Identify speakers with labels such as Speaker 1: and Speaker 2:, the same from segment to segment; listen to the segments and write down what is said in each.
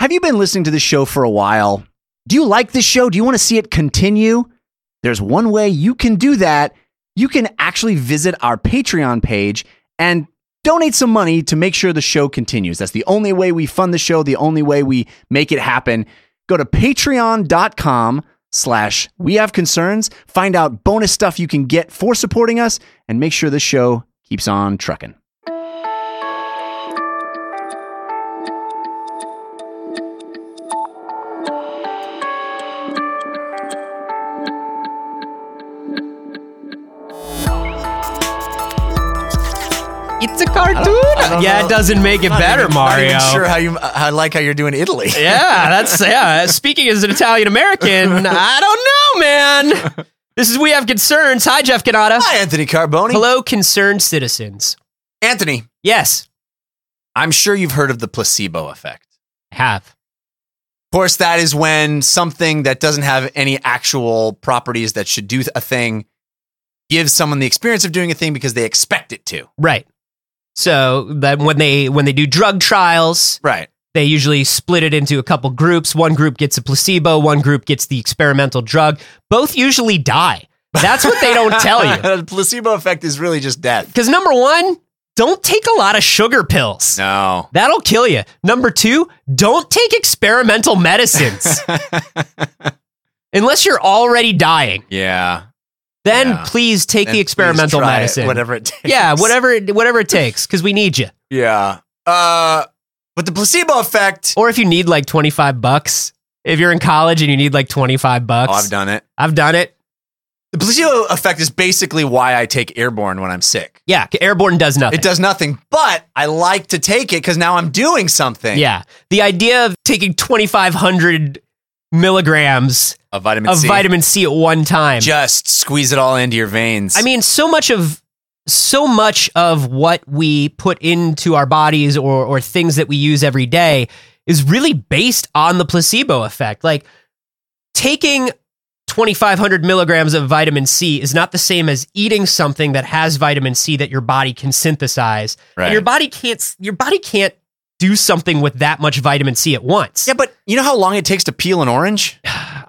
Speaker 1: have you been listening to this show for a while? Do you like this show? Do you want to see it continue? There's one way you can do that. You can actually visit our Patreon page and donate some money to make sure the show continues. That's the only way we fund the show, the only way we make it happen. Go to patreon.com slash we have concerns, find out bonus stuff you can get for supporting us, and make sure the show keeps on trucking.
Speaker 2: It's a cartoon.
Speaker 3: don't
Speaker 2: yeah,
Speaker 3: know.
Speaker 2: it doesn't make it better, Mario.
Speaker 3: Not even sure how you I like how you're doing Italy.
Speaker 2: yeah, that's yeah. Speaking as an Italian American, I don't know, man. This is we have concerns. Hi, Jeff Canada.
Speaker 3: Hi, Anthony Carboni.
Speaker 2: Hello, concerned citizens.
Speaker 3: Anthony.
Speaker 2: Yes,
Speaker 3: I'm sure you've heard of the placebo effect.
Speaker 2: have
Speaker 3: Of course, that is when something that doesn't have any actual properties that should do a thing gives someone the experience of doing a thing because they expect it to.
Speaker 2: right. So that when they when they do drug trials,
Speaker 3: Right.
Speaker 2: they usually split it into a couple groups. One group gets a placebo, one group gets the experimental drug. Both usually die. That's what they don't tell you.
Speaker 3: the placebo effect is really just death.
Speaker 2: Because number one, don't take a lot of sugar pills.
Speaker 3: No.
Speaker 2: That'll kill you. Number two, don't take experimental medicines unless you're already dying.
Speaker 3: yeah.
Speaker 2: Then
Speaker 3: Yeah.
Speaker 2: please take
Speaker 3: And
Speaker 2: the
Speaker 3: please
Speaker 2: experimental
Speaker 3: try it,
Speaker 2: medicine.
Speaker 3: whatever it takes.
Speaker 2: Yeah, whatever it, whatever it takes, because we need you.
Speaker 3: Yeah. Uh, but the placebo effect.
Speaker 2: Or if you need like twenty five bucks, if you're in college and you need like twenty five bucks,
Speaker 3: Oh, I've done it.
Speaker 2: I've done it.
Speaker 3: The placebo effect is basically why I take airborne when I'm sick.
Speaker 2: Yeah, airborne does nothing.
Speaker 3: It does nothing, but I like to take it because now I'm doing something.
Speaker 2: Yeah, the idea of taking twenty five hundred milligrams
Speaker 3: Of vitamin
Speaker 2: of
Speaker 3: C.
Speaker 2: vitamin C at one time.
Speaker 3: Just squeeze it all into your veins.
Speaker 2: I mean, so much of so much of what we put into our bodies or or things that we use every day is really based on the placebo effect. Like taking 2500 milligrams of vitamin C is not the same as eating something that has vitamin C that your body can synthesize.
Speaker 3: right.
Speaker 2: And your body can't your body can't do something with that much vitamin C at once.
Speaker 3: yeah, but you know how long it takes to peel an orange?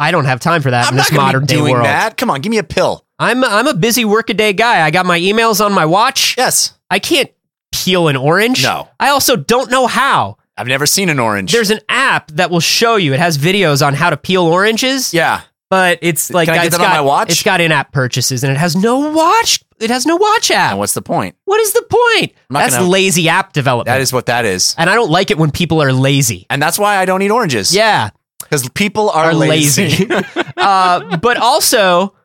Speaker 2: I don't have time for that
Speaker 3: I'm
Speaker 2: in
Speaker 3: not
Speaker 2: this
Speaker 3: gonna
Speaker 2: modern
Speaker 3: be
Speaker 2: day
Speaker 3: doing
Speaker 2: world.
Speaker 3: that. Come on, give me a pill.
Speaker 2: I'm I'm a busy workaday guy. I got my emails on my watch.
Speaker 3: Yes.
Speaker 2: I can't peel an orange.
Speaker 3: No.
Speaker 2: I also don't know how.
Speaker 3: I've never seen an orange.
Speaker 2: There's an app that will show you. It has videos on how to peel oranges,
Speaker 3: yeah.
Speaker 2: but it's like
Speaker 3: Can I get
Speaker 2: it's
Speaker 3: that on
Speaker 2: got,
Speaker 3: my watch?
Speaker 2: It's got in-app purchases and it has no watch. It has no watch app.
Speaker 3: And what's the point?
Speaker 2: what is the point?
Speaker 3: I'm not
Speaker 2: That's
Speaker 3: gonna-
Speaker 2: lazy app development.
Speaker 3: That is what that is.
Speaker 2: and I don't like it when people are lazy.
Speaker 3: And that's why I don't eat oranges.
Speaker 2: Yeah,
Speaker 3: Because people are,
Speaker 2: are lazy.
Speaker 3: lazy.
Speaker 2: uh, but also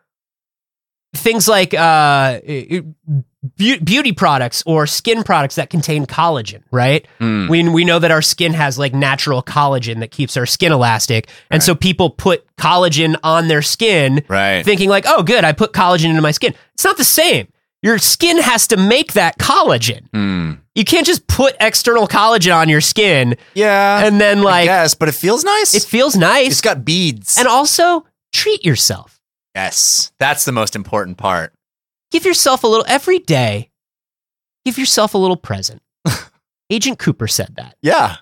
Speaker 2: things like uh, it- be- beauty products or skin products that contain collagen, right?
Speaker 3: Mm.
Speaker 2: We, we know that our skin has like natural collagen that keeps our skin elastic. And
Speaker 3: Right.
Speaker 2: so people put collagen on their skin
Speaker 3: Right.
Speaker 2: thinking like, oh, good, I put collagen into my skin. It's not the same. Your skin has to make that collagen.
Speaker 3: Mm.
Speaker 2: You can't just put external collagen on your skin
Speaker 3: Yeah.
Speaker 2: and then like
Speaker 3: yes, but it feels nice.
Speaker 2: it feels nice.
Speaker 3: it's got beads.
Speaker 2: and also treat yourself.
Speaker 3: yes. That's the most important part.
Speaker 2: Give yourself a little every day. Give yourself a little present. Agent Cooper said that.
Speaker 3: Yeah.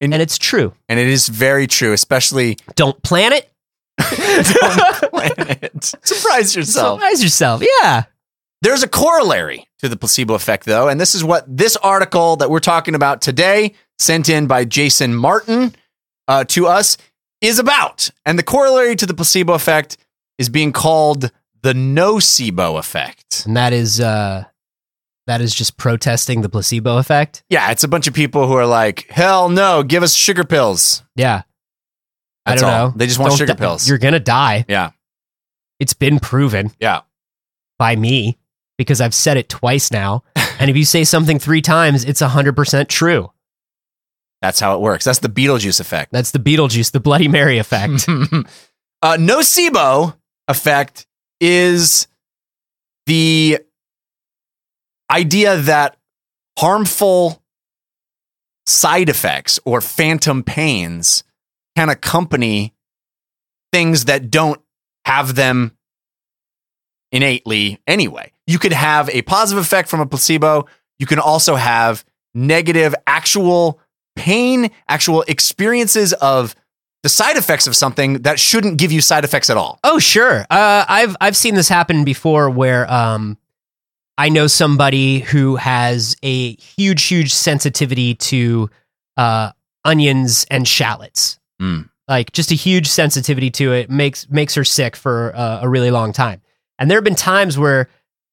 Speaker 2: And it's true.
Speaker 3: And it is very true, especially
Speaker 2: Don't plan it.
Speaker 3: planet. Surprise yourself.
Speaker 2: Surprise yourself. Yeah.
Speaker 3: There's a corollary to the placebo effect, though. And this is what this article that we're talking about today, sent in by Jason Martin uh, to us, is about. And the corollary to the placebo effect is being called the nocebo effect.
Speaker 2: And that is uh that is just protesting the placebo effect.
Speaker 3: Yeah, it's a bunch of people who are like, hell no, give us sugar pills.
Speaker 2: Yeah.
Speaker 3: That's
Speaker 2: I don't
Speaker 3: all.
Speaker 2: know.
Speaker 3: They just want
Speaker 2: Don't
Speaker 3: sugar
Speaker 2: di-
Speaker 3: pills.
Speaker 2: You're gonna die.
Speaker 3: Yeah.
Speaker 2: It's been proven.
Speaker 3: Yeah.
Speaker 2: By me, because I've said it twice now. and if you say something three times, it's hundred percent true.
Speaker 3: That's how it works. That's the Beetlejuice effect.
Speaker 2: That's the Beetlejuice, the Bloody Mary effect.
Speaker 3: uh, nocebo effect is the idea that harmful side effects or phantom pains can accompany things that don't have them innately anyway. You could have a positive effect from a placebo. You can also have negative actual pain, actual experiences of the side effects of something that shouldn't give you side effects at all.
Speaker 2: Oh sure, uh, I've I've seen this happen before where um, I know somebody who has a huge huge sensitivity to uh, onions and shallots,
Speaker 3: Mm.
Speaker 2: like just a huge sensitivity to it makes makes her sick for uh, a really long time. And there have been times where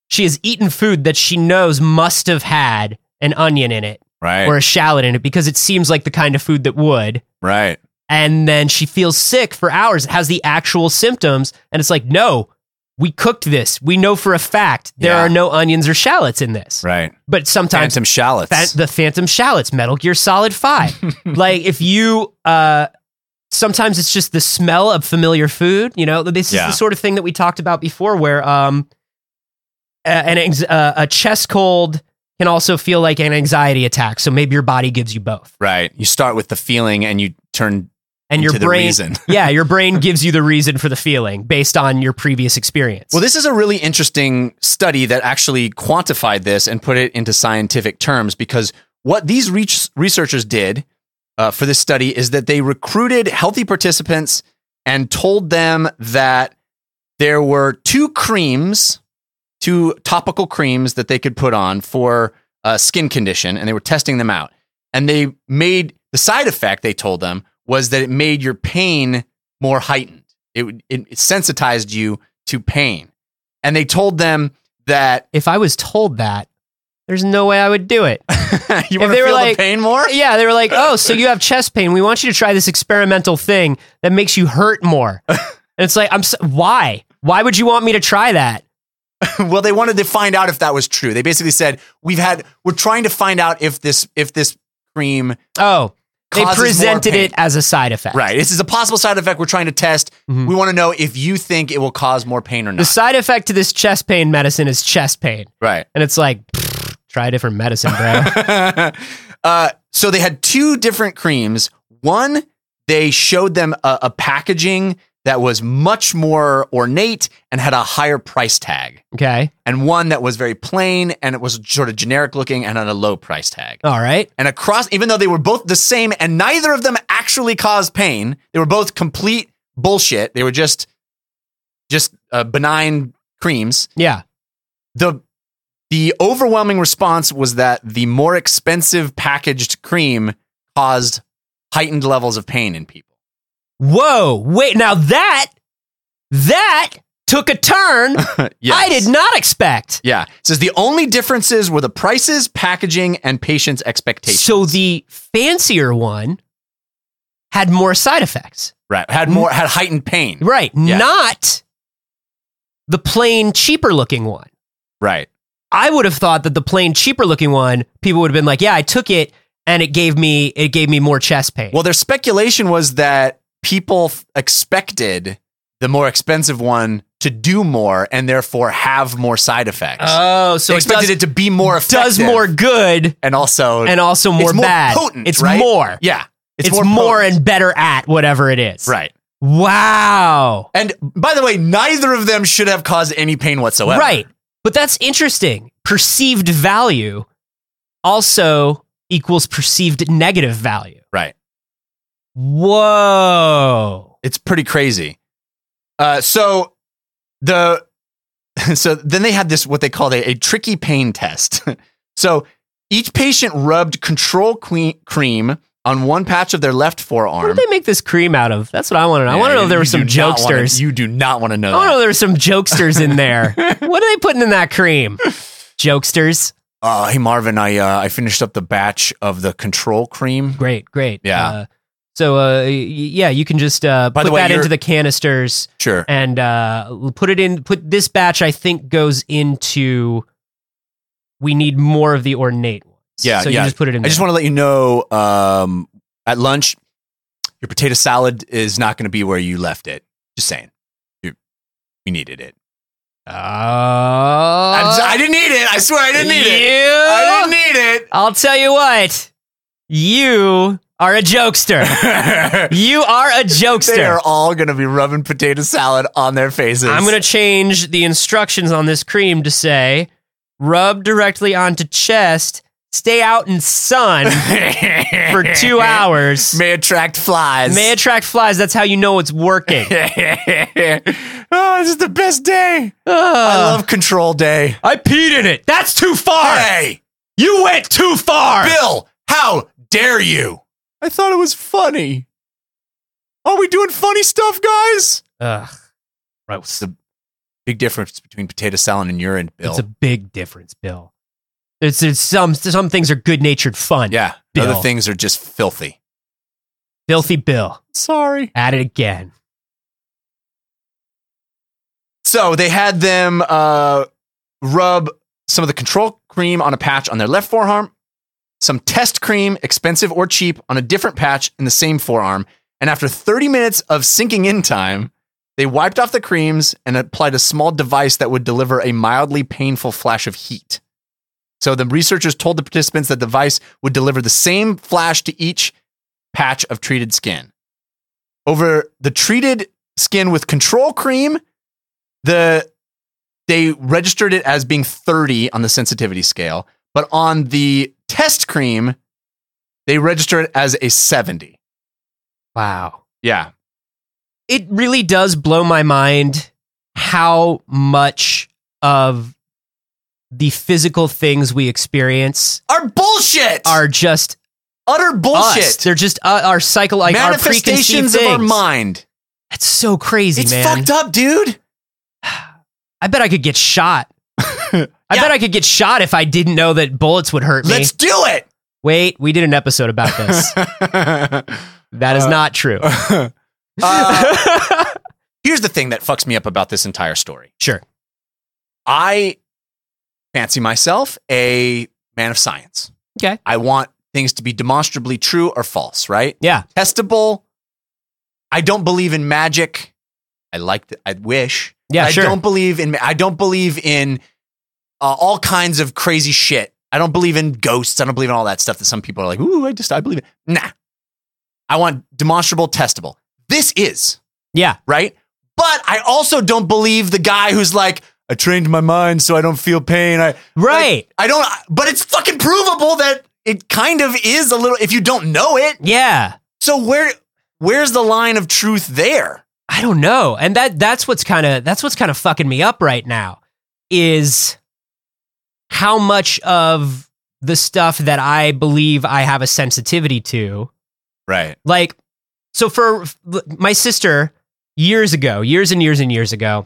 Speaker 2: she has eaten food that she knows must have had an onion in it
Speaker 3: Right.
Speaker 2: or a shallot in it because it seems like the kind of food that would
Speaker 3: right.
Speaker 2: and then she feels sick for hours has the actual symptoms and it's like no we cooked this we know for a fact there
Speaker 3: Yeah.
Speaker 2: are no onions or shallots in this
Speaker 3: Right.
Speaker 2: but sometimes
Speaker 3: Phantom shallots.
Speaker 2: Phan- the phantom shallots metal gear solid 5 like if you uh sometimes it's just the smell of familiar food you know this
Speaker 3: Yeah.
Speaker 2: is the sort of thing that we talked about before where um a- an ex- uh, a chest cold can also feel like an anxiety attack so maybe your body gives you both
Speaker 3: right. You start with the feeling and you turn
Speaker 2: and
Speaker 3: into
Speaker 2: your
Speaker 3: the
Speaker 2: brain
Speaker 3: reason.
Speaker 2: yeah, your brain gives you the reason for the feeling based on your previous experience.
Speaker 3: Well, this is a really interesting study that actually quantified this and put it into scientific terms because what these reach- researchers did uh, for this study is that they recruited healthy participants and told them that there were two creams, two topical creams that they could put on for a skin condition, and they were testing them out. And they made the side effect, they told them, was that it made your pain more heightened. It, would- it, it sensitized you to pain. And they told them that
Speaker 2: if I was told that, there's no way I would do it.
Speaker 3: you want to
Speaker 2: they were
Speaker 3: feel
Speaker 2: like-
Speaker 3: the pain more?
Speaker 2: yeah, they were like, "Oh, so you have chest pain. We want you to try this experimental thing that makes you hurt more." and it's like, "I'm so- why? Why would you want me to try that?"
Speaker 3: well, they wanted to find out if that was true. They basically said, "We've had we're trying to find out if this if this cream
Speaker 2: Oh, they
Speaker 3: causes more
Speaker 2: presented
Speaker 3: pain."
Speaker 2: it as a side effect.
Speaker 3: Right. Mm-hmm. This is a possible side effect we're trying to test. We want to know if you think it will cause more pain or
Speaker 2: The
Speaker 3: not.
Speaker 2: side effect to this chest pain medicine is chest pain.
Speaker 3: right.
Speaker 2: And it's like, pfft, try a different medicine, bro.
Speaker 3: uh, so they had two different creams. One, they showed them a, a packaging that was much more ornate and had a higher price tag,
Speaker 2: okay.
Speaker 3: and one that was very plain and it was sort of generic looking and had a low price tag.
Speaker 2: All right.
Speaker 3: And across, even though they were both the same and neither of them actually caused pain, they were both complete bullshit. They were just, just uh, benign creams
Speaker 2: Yeah.
Speaker 3: the the overwhelming response was that the more expensive packaged cream caused heightened levels of pain in people.
Speaker 2: Whoa, wait, now that that took a turn I did not expect.
Speaker 3: Yeah. It says the only differences were the prices, packaging, and patients' expectations.
Speaker 2: So the fancier one had more side effects.
Speaker 3: right. Had more had heightened pain.
Speaker 2: Right.
Speaker 3: Yeah.
Speaker 2: Not the plain cheaper looking one.
Speaker 3: Right.
Speaker 2: I would have thought that the plain cheaper looking one, people would have been like, "Yeah, I took it and it gave me it gave me more chest pain."
Speaker 3: Well, their speculation was that people f- expected the more expensive one to do more and therefore have more side effects.
Speaker 2: oh, so
Speaker 3: they
Speaker 2: it does,
Speaker 3: expected it to be more effective
Speaker 2: does more good
Speaker 3: and also
Speaker 2: and also more
Speaker 3: it's more
Speaker 2: bad.
Speaker 3: potent,
Speaker 2: it's
Speaker 3: right?
Speaker 2: more.
Speaker 3: yeah.
Speaker 2: It's, more
Speaker 3: potent.
Speaker 2: and better at whatever it is.
Speaker 3: right.
Speaker 2: Wow.
Speaker 3: And by the way, neither of them should have caused any pain whatsoever.
Speaker 2: Right. But that's interesting. Perceived value also equals perceived negative value.
Speaker 3: Right.
Speaker 2: Whoa.
Speaker 3: It's pretty crazy. Uh, so the so then they had this what they called a, a tricky pain test. so each patient rubbed control que- cream on one patch of their left
Speaker 2: What
Speaker 3: forearm.
Speaker 2: did they make this cream out of? That's what I want to know. I
Speaker 3: Yeah,
Speaker 2: want to know
Speaker 3: you-
Speaker 2: if there
Speaker 3: you
Speaker 2: were some
Speaker 3: do not wanna-
Speaker 2: jokesters.
Speaker 3: you do not want to know
Speaker 2: I want to
Speaker 3: that.
Speaker 2: know there were some jokesters in there. what are they putting in that cream? Jokesters.
Speaker 3: Uh, hey Marvin, I uh, I finished up the batch of the control cream.
Speaker 2: Great, great.
Speaker 3: Yeah.
Speaker 2: Uh, so, uh, y- yeah, you can just uh,
Speaker 3: By
Speaker 2: put
Speaker 3: the way,
Speaker 2: that
Speaker 3: you're-
Speaker 2: into the canisters.
Speaker 3: Sure.
Speaker 2: and uh, put it in. Put this batch. I think goes into. We need more of the ornate ones.
Speaker 3: Yeah,
Speaker 2: so
Speaker 3: yeah.
Speaker 2: you just put it in.
Speaker 3: I just
Speaker 2: there.
Speaker 3: want to let you know um, at lunch, your potato salad is not going to be where you left it. Just saying. You, you needed it.
Speaker 2: Uh,
Speaker 3: I'm s-
Speaker 2: I
Speaker 3: I didn't need it. I swear I didn't need it. I
Speaker 2: You,
Speaker 3: didn't need it.
Speaker 2: I'll tell you what. You are a jokester. you are a
Speaker 3: they
Speaker 2: jokester.
Speaker 3: are all going to be rubbing potato salad on their faces.
Speaker 2: I'm gonna change the instructions on this cream to say, rub directly onto chest stay out in sun for two hours
Speaker 3: May attract flies.
Speaker 2: may attract flies. That's how you know it's working.
Speaker 3: oh, this is the best day. I
Speaker 2: Ugh.
Speaker 3: love control day.
Speaker 2: I peed in it. That's too far.
Speaker 3: Hey,
Speaker 2: You went too far.
Speaker 3: Bill, how dare you? I thought it was funny. Are we doing funny stuff, guys?
Speaker 2: Ugh,
Speaker 3: It's a big difference between potato salad and urine, Bill.
Speaker 2: it's a big difference, Bill. It's, it's some some things are good natured fun.
Speaker 3: yeah,
Speaker 2: Bill.
Speaker 3: other things are just filthy.
Speaker 2: Filthy Bill
Speaker 3: Sorry.
Speaker 2: at it again.
Speaker 3: So they had them uh, rub some of the control cream on a patch on their left forearm, some test cream, expensive or cheap, on a different patch in the same forearm. And after 30 minutes of sinking in time, they wiped off the creams and applied a small device that would deliver a mildly painful flash of heat. So the researchers told the participants that the device would deliver the same flash to each patch of treated skin. Over the treated skin with control cream, the they registered it as being 30 on the sensitivity scale, but on the test cream, they register it as a 70.
Speaker 2: Wow.
Speaker 3: Yeah.
Speaker 2: It really does blow my mind how much of the physical things we experience
Speaker 3: Our bullshit.
Speaker 2: are just
Speaker 3: utter bullshit.
Speaker 2: us. They're just uh, our cycle, like our preconceived
Speaker 3: Manifestations of our
Speaker 2: things.
Speaker 3: mind.
Speaker 2: That's so crazy,
Speaker 3: It's
Speaker 2: man.
Speaker 3: fucked up, dude.
Speaker 2: I bet I could get shot. I
Speaker 3: Yeah.
Speaker 2: bet I could get shot if I didn't know that bullets would hurt me.
Speaker 3: Let's do it.
Speaker 2: Wait, we did an episode about this. that is
Speaker 3: Uh,
Speaker 2: not true.
Speaker 3: Uh, here's the thing that fucks me up about this entire story.
Speaker 2: sure.
Speaker 3: I fancy myself a man of science.
Speaker 2: Okay.
Speaker 3: I want things to be demonstrably true or false, right?
Speaker 2: Yeah.
Speaker 3: Testable. I don't believe in magic. I like that. I wish.
Speaker 2: Yeah,
Speaker 3: I
Speaker 2: sure.
Speaker 3: don't believe in. ma- I don't believe in uh, all kinds of crazy shit. I don't believe in ghosts. I don't believe in all that stuff that some people are like, ooh, I just, I believe it. Nah. I want demonstrable, testable. This is
Speaker 2: Yeah.
Speaker 3: right? But I also don't believe the guy who's like, I trained my mind so I don't feel pain. I
Speaker 2: Right.
Speaker 3: I don't but it's fucking provable that it kind of is a little if you don't know it.
Speaker 2: yeah.
Speaker 3: So where where's the line of truth there?
Speaker 2: I don't know. And that that's what's kind of that's what's kind of fucking me up right now is how much of the stuff that I believe I have a sensitivity to
Speaker 3: Right.
Speaker 2: like so for my sister years ago years and years and years ago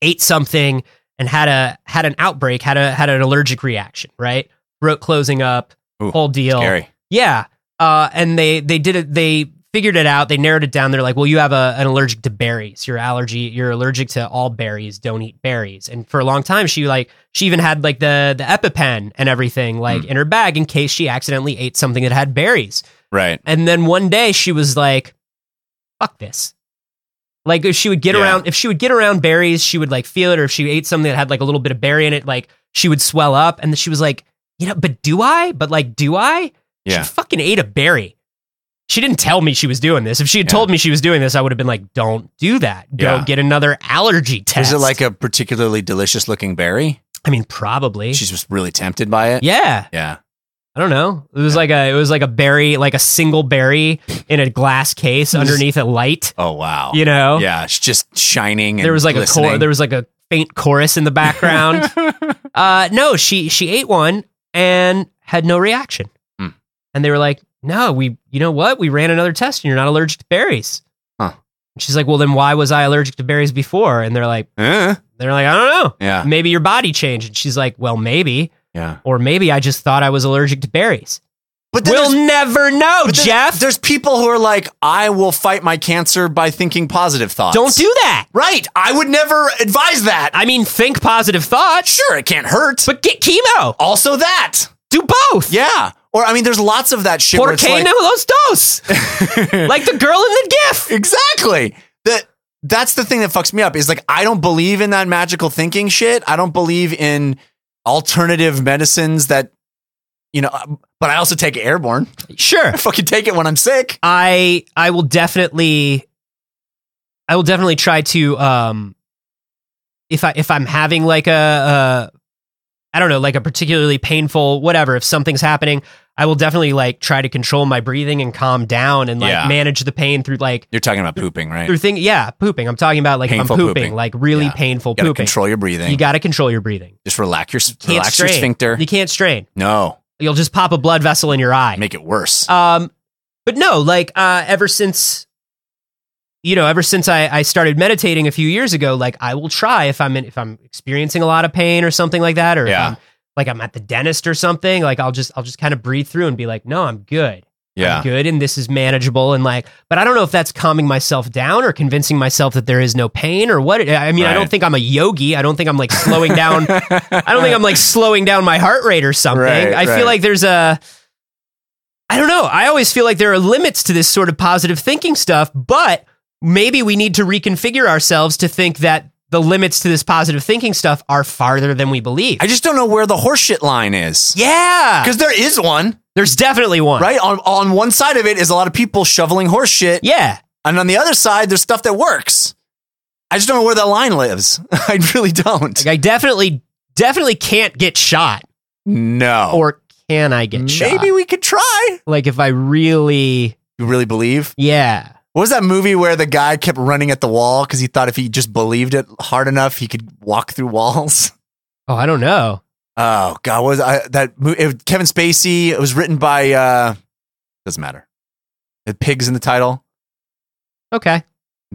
Speaker 2: ate something and had a had an outbreak had a had an allergic reaction right throat closing up
Speaker 3: Ooh,
Speaker 2: whole deal
Speaker 3: Scary.
Speaker 2: yeah uh, and they they did it they figured it out they narrowed it down they're like well you have a, an allergic to berries you're allergy you're allergic to all berries don't eat berries and for a long time she like she even had like the the epipen and everything like
Speaker 3: Hmm.
Speaker 2: in her bag in case she accidentally ate something that had berries
Speaker 3: Right.
Speaker 2: and then one day she was like, fuck this. Like if she would get
Speaker 3: Yeah.
Speaker 2: around if she would get around berries, she would like feel it, or if she ate something that had like a little bit of berry in it, like she would swell up. And then she was like, you know, but do I? But like, do I?
Speaker 3: Yeah.
Speaker 2: She fucking ate a berry. She didn't tell me she was doing this. If she had
Speaker 3: Yeah.
Speaker 2: told me she was doing this, I would have been like, don't do that. Go
Speaker 3: Yeah.
Speaker 2: get another allergy test.
Speaker 3: Is it like a particularly delicious looking berry?
Speaker 2: I mean, probably.
Speaker 3: She's just really tempted by it.
Speaker 2: yeah.
Speaker 3: Yeah.
Speaker 2: I don't know. It was like a it was like a berry, like a single berry in a glass case underneath a light.
Speaker 3: Oh wow.
Speaker 2: You know?
Speaker 3: Yeah. It's just shining and
Speaker 2: there was like a chor- there was like a faint chorus in the background. uh, no, she she ate one and had no reaction,
Speaker 3: Hmm.
Speaker 2: and they were like, "No, we you know what? We ran another test, and you're not allergic to berries."
Speaker 3: Huh.
Speaker 2: And she's like, "Well, then why was I allergic to berries before?" And they're like,
Speaker 3: Uh,
Speaker 2: "They're like, I don't know.
Speaker 3: yeah.
Speaker 2: Maybe your body changed." And she's like, "Well, maybe."
Speaker 3: Yeah.
Speaker 2: Or maybe I just thought I was allergic to berries.
Speaker 3: But then
Speaker 2: We'll never know,
Speaker 3: But then
Speaker 2: Jeff.
Speaker 3: There's people who are like, I will fight my cancer by thinking positive thoughts.
Speaker 2: Don't do that.
Speaker 3: Right. I would never advise that.
Speaker 2: I mean, think positive thoughts,
Speaker 3: sure, it can't hurt.
Speaker 2: but get chemo.
Speaker 3: also that.
Speaker 2: Do both.
Speaker 3: Yeah. Or I mean, there's lots of that shit. where
Speaker 2: Por
Speaker 3: it's
Speaker 2: qué
Speaker 3: like-
Speaker 2: no los dos? like the girl in the GIF.
Speaker 3: exactly. That that's the thing that fucks me up is like I don't believe in that magical thinking shit. I don't believe in alternative medicines that you know. uh, But I also take it airborne.
Speaker 2: Sure.
Speaker 3: I fucking take it when I'm sick.
Speaker 2: I I will definitely I will definitely try to um if I if I'm having like a, I don't know, like a particularly painful whatever, if something's happening, I will definitely like try to control my breathing and calm down and like
Speaker 3: Yeah.
Speaker 2: manage the pain through like
Speaker 3: You're talking about pooping, right?
Speaker 2: through thing. Yeah, pooping. I'm talking about like if
Speaker 3: Painful
Speaker 2: I'm pooping,
Speaker 3: pooping.
Speaker 2: like really
Speaker 3: Yeah.
Speaker 2: painful
Speaker 3: You gotta
Speaker 2: pooping.
Speaker 3: control your breathing.
Speaker 2: you got to control your breathing.
Speaker 3: just relax your
Speaker 2: Can't
Speaker 3: relax
Speaker 2: strain.
Speaker 3: your sphincter.
Speaker 2: You can't strain.
Speaker 3: no,
Speaker 2: You'll just pop a blood vessel in your eye.
Speaker 3: make it worse.
Speaker 2: Um, but no, like uh, ever since, you know, ever since I, I started meditating a few years ago, like I will try if I'm in, if I'm experiencing a lot of pain or something like that, or if
Speaker 3: Yeah.
Speaker 2: I'm, like I'm at the dentist or something, like I'll just I'll just kind of breathe through and be like, no, I'm good, I'm
Speaker 3: yeah,
Speaker 2: good, and this is manageable, and like, but I don't know if that's calming myself down or convincing myself that there is no pain or what. I mean, I
Speaker 3: Right.
Speaker 2: don't think I'm a yogi. I don't think I'm like slowing down I don't think I'm like slowing down my heart rate or something.
Speaker 3: Right,
Speaker 2: I
Speaker 3: right.
Speaker 2: feel like there's a I don't know. I always feel like there are limits to this sort of positive thinking stuff, but maybe we need to reconfigure ourselves to think that the limits to this positive thinking stuff are farther than we believe.
Speaker 3: I just don't know where the horseshit line is.
Speaker 2: yeah.
Speaker 3: Because there is one,
Speaker 2: There's definitely one.
Speaker 3: right? On on one side of it is a lot of people shoveling horseshit,
Speaker 2: Yeah.
Speaker 3: and on the other side there's stuff that works. I just don't know where that line lives. I really don't.
Speaker 2: Like I definitely definitely can't get shot
Speaker 3: No.
Speaker 2: or can I get shot?
Speaker 3: Maybe we could try.
Speaker 2: Like if I really
Speaker 3: You really believe?
Speaker 2: yeah.
Speaker 3: What was that movie where the guy kept running at the wall because he thought if he just believed it hard enough, he could walk through walls?
Speaker 2: Oh, I don't know.
Speaker 3: Oh God, what was I, that movie? It, Kevin Spacey. It was written by. uh Doesn't matter. The pigs in the title.
Speaker 2: Okay.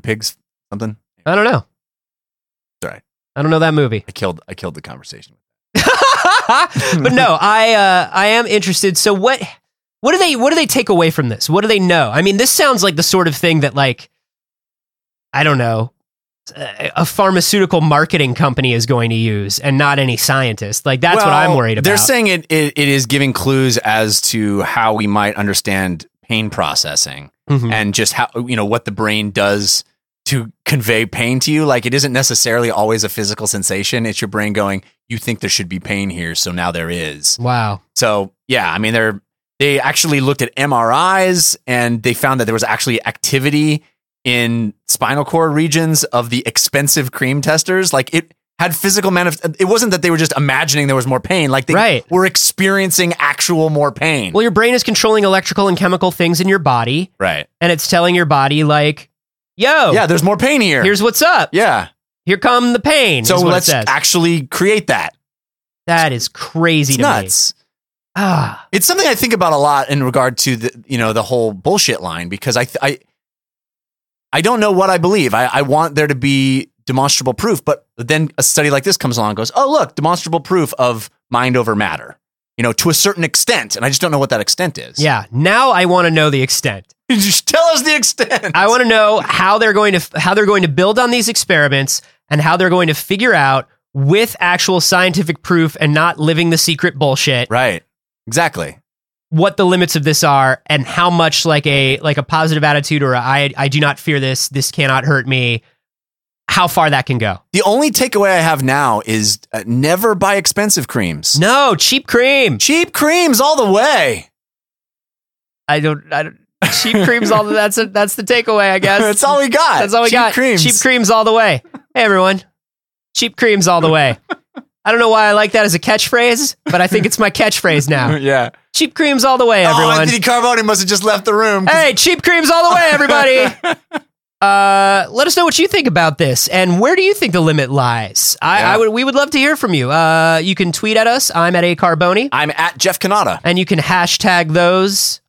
Speaker 3: Pigs something.
Speaker 2: I don't know.
Speaker 3: It's all right.
Speaker 2: I don't know that movie.
Speaker 3: I killed. I killed the conversation.
Speaker 2: but no, I uh, I am interested. So what what do they what do they take away from this? What do they know? I mean, this sounds like the sort of thing that like I don't know a a pharmaceutical marketing company is going to use, and not any scientist. Like that's what
Speaker 3: Well,
Speaker 2: I'm worried about.
Speaker 3: They're saying it, it. It is giving clues as to how we might understand pain processing
Speaker 2: Mhm.
Speaker 3: and just how you know what the brain does to convey pain to you. Like it isn't necessarily always a physical sensation. It's your brain going, "You think there should be pain here, so now there is."
Speaker 2: wow.
Speaker 3: So yeah, I mean they're they actually looked at MRIs and they found that there was actually activity in spinal cord regions of the expensive cream testers. Like it had physical manif- it wasn't that they were just imagining there was more pain, like they
Speaker 2: Right.
Speaker 3: were experiencing actual more pain.
Speaker 2: Well, your brain is controlling electrical and chemical things in your body,
Speaker 3: right.
Speaker 2: and it's telling your body like, "Yo,
Speaker 3: Yeah, there's more pain here.
Speaker 2: oh. here's what's up.
Speaker 3: yeah.
Speaker 2: Here come the pain."
Speaker 3: So
Speaker 2: is what it
Speaker 3: let's
Speaker 2: says.
Speaker 3: actually create that.
Speaker 2: that is crazy
Speaker 3: It's
Speaker 2: to me.
Speaker 3: nuts.
Speaker 2: Ah.
Speaker 3: It's something I think about a lot in regard to the you know the whole bullshit line because I I I don't know what I believe. I, I want there to be demonstrable proof, but then a study like this comes along and goes, oh look, demonstrable proof of mind over matter. You know, to a certain extent, and I just don't know what that extent is.
Speaker 2: Yeah. Now I want to know the extent.
Speaker 3: just tell us the extent.
Speaker 2: I want to know how they're going to how they're going to build on these experiments and how they're going to figure out with actual scientific proof and not living the secret bullshit
Speaker 3: right, exactly.
Speaker 2: what the limits of this are and how much like a like a positive attitude or a, I I do not fear this this cannot hurt me how far that can go.
Speaker 3: The only takeaway I have now is uh, never buy expensive creams.
Speaker 2: No, cheap cream.
Speaker 3: Cheap creams all the way.
Speaker 2: I don't I don't cheap creams all the, that's a, that's the takeaway I guess.
Speaker 3: That's all we got.
Speaker 2: That's all we
Speaker 3: Cheap
Speaker 2: got.
Speaker 3: Creams.
Speaker 2: Cheap creams all the way. Hey everyone. Cheap creams all the way. I don't know why I like that as a catchphrase, but I think it's my catchphrase now.
Speaker 3: yeah.
Speaker 2: Cheap creams all the way,
Speaker 3: Oh,
Speaker 2: everyone.
Speaker 3: Anthony Carboni must have just left the room.
Speaker 2: hey, cheap creams all the way, everybody. Uh, let us know what you think about this and where do you think the limit lies? I,
Speaker 3: Yeah.
Speaker 2: I would we would love to hear from you. Uh, you can tweet at us. I'm at a carboni,
Speaker 3: I'm at Jeff Canada.
Speaker 2: and you can hashtag those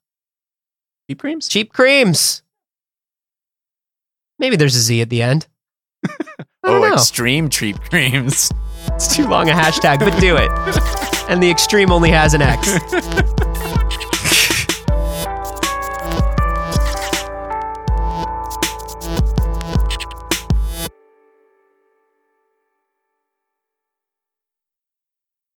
Speaker 3: Deep creams?
Speaker 2: cheap creams. Maybe there's a Z at the end. I
Speaker 3: Oh,
Speaker 2: don't know.
Speaker 3: extreme cheap creams.
Speaker 2: It's too long a hashtag, but do it. And the extreme only has an X.